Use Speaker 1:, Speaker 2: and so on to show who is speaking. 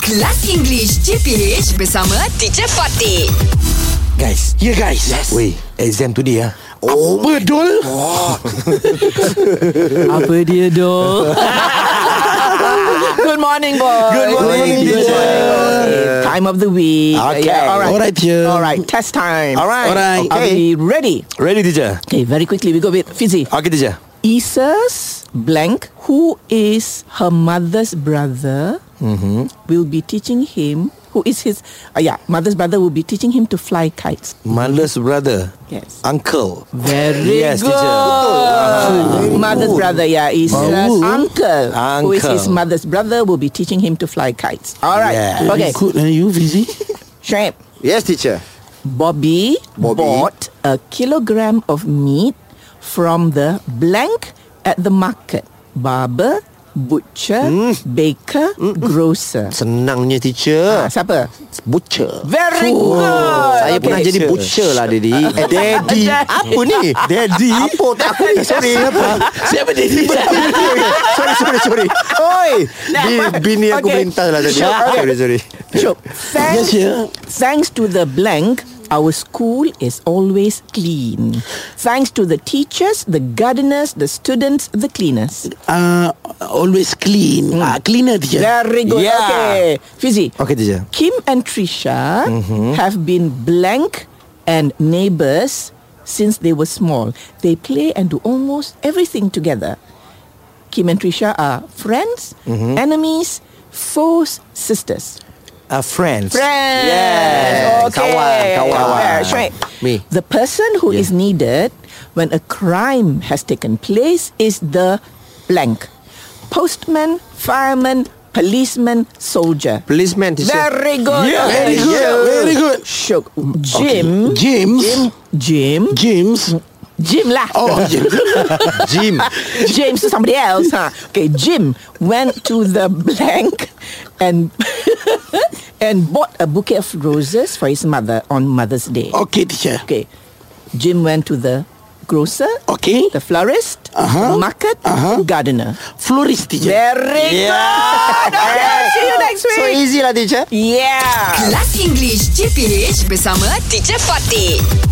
Speaker 1: Kelas English JPH bersama Teacher Fatih.
Speaker 2: Guys Ya yeah, guys
Speaker 3: Yes.
Speaker 2: Weh Exam today ah.
Speaker 3: Oh.
Speaker 2: Apa dol
Speaker 4: Apa dia doh? Good morning, boy.
Speaker 2: Good morning,
Speaker 4: Good
Speaker 2: teacher.
Speaker 4: morning. Time of the week.
Speaker 2: Okay.
Speaker 4: Yeah, all right.
Speaker 2: Alright, teacher.
Speaker 4: All right. Test time.
Speaker 2: Alright. Alright.
Speaker 4: Are
Speaker 2: Okay.
Speaker 4: we ready?
Speaker 2: Ready teacher
Speaker 4: Okay. Very quickly, we go a bit fizzy.
Speaker 2: Okay teacher
Speaker 4: Isa's blank, who is her mother's brother, will be teaching him. Who is his? Uh, yeah, mother's brother will be teaching him to fly kites.
Speaker 2: Mother's brother
Speaker 4: Yes.
Speaker 2: Uncle
Speaker 4: Very
Speaker 2: Yes,
Speaker 4: good.
Speaker 2: teacher.
Speaker 4: Mother's brother, yeah, is
Speaker 2: Bagus.
Speaker 4: his uncle, who is his
Speaker 2: Uncle.
Speaker 4: mother's brother, will be teaching him to fly kites. All right.
Speaker 2: Yeah.
Speaker 4: Okay.
Speaker 3: Good and you busy?
Speaker 4: Shrimp.
Speaker 3: Yes, teacher.
Speaker 4: Bobby,
Speaker 3: Bobby.
Speaker 4: bought a kilogram of meat from the blank at the market. Barber, butcher, baker, grocer.
Speaker 2: Senangnya teacher
Speaker 4: Ah, siapa?
Speaker 2: Butcher
Speaker 4: Very good.
Speaker 3: Saya pernah jadi butcher lah, Daddy. Eh, Daddy. Apa ni? Daddy. Apa tak aku ni? Sorry. Apa?
Speaker 2: Siapa dia
Speaker 3: sorry, sorry, sorry. Oi. Bi- bini aku
Speaker 4: Okay.
Speaker 3: melintas lah tadi.
Speaker 4: Sure.
Speaker 3: Sorry, sorry.
Speaker 4: Sure. Thanks, thanks to the blank, our school is always clean. Thanks to the teachers, the gardeners, the students, the cleaners.
Speaker 5: uh, always clean. Ah, cleaner teacher.
Speaker 4: Very good.
Speaker 2: Yeah.
Speaker 4: Okay. Fizzy.
Speaker 2: Hmm. Okay Mm-hmm. teacher
Speaker 4: Kim and Trisha have been blank and neighbors since they were small. They play and do almost everything together. Kim and Trisha are friends,
Speaker 2: Mm-hmm.
Speaker 4: enemies, foes, sisters.
Speaker 2: uh, Friends
Speaker 4: Friends.
Speaker 2: Yes.
Speaker 4: Okay.
Speaker 2: Kawan, kawan.
Speaker 4: That's right.
Speaker 2: Me.
Speaker 4: The person who is needed when a crime has taken place is the blank. Postman, fireman, policeman, soldier.
Speaker 2: Policeman teacher
Speaker 4: Very good.
Speaker 2: Yeah,
Speaker 4: Okay.
Speaker 2: very good,
Speaker 4: Shook.
Speaker 5: very good.
Speaker 4: Shook. Jim.
Speaker 5: James.
Speaker 4: Jim.
Speaker 5: James.
Speaker 4: Jim lah.
Speaker 5: Oh, James.
Speaker 2: Gym
Speaker 4: James to somebody else, huh? Okay, Jim went to the blank and and bought a bouquet of roses for his mother on Mother's Day.
Speaker 5: okay, teacher.
Speaker 4: Okay, Jim went to the grocer,
Speaker 5: Okay.
Speaker 4: the florist,
Speaker 5: Uh-huh.
Speaker 4: the market,
Speaker 5: Uh-huh.
Speaker 4: gardener.
Speaker 5: Florist teacher.
Speaker 4: Very good. Okay, see you next
Speaker 3: So
Speaker 4: week.
Speaker 3: easy lah, teacher.
Speaker 4: yeah.
Speaker 1: Kelas English JPH bersama Teacher Fatih.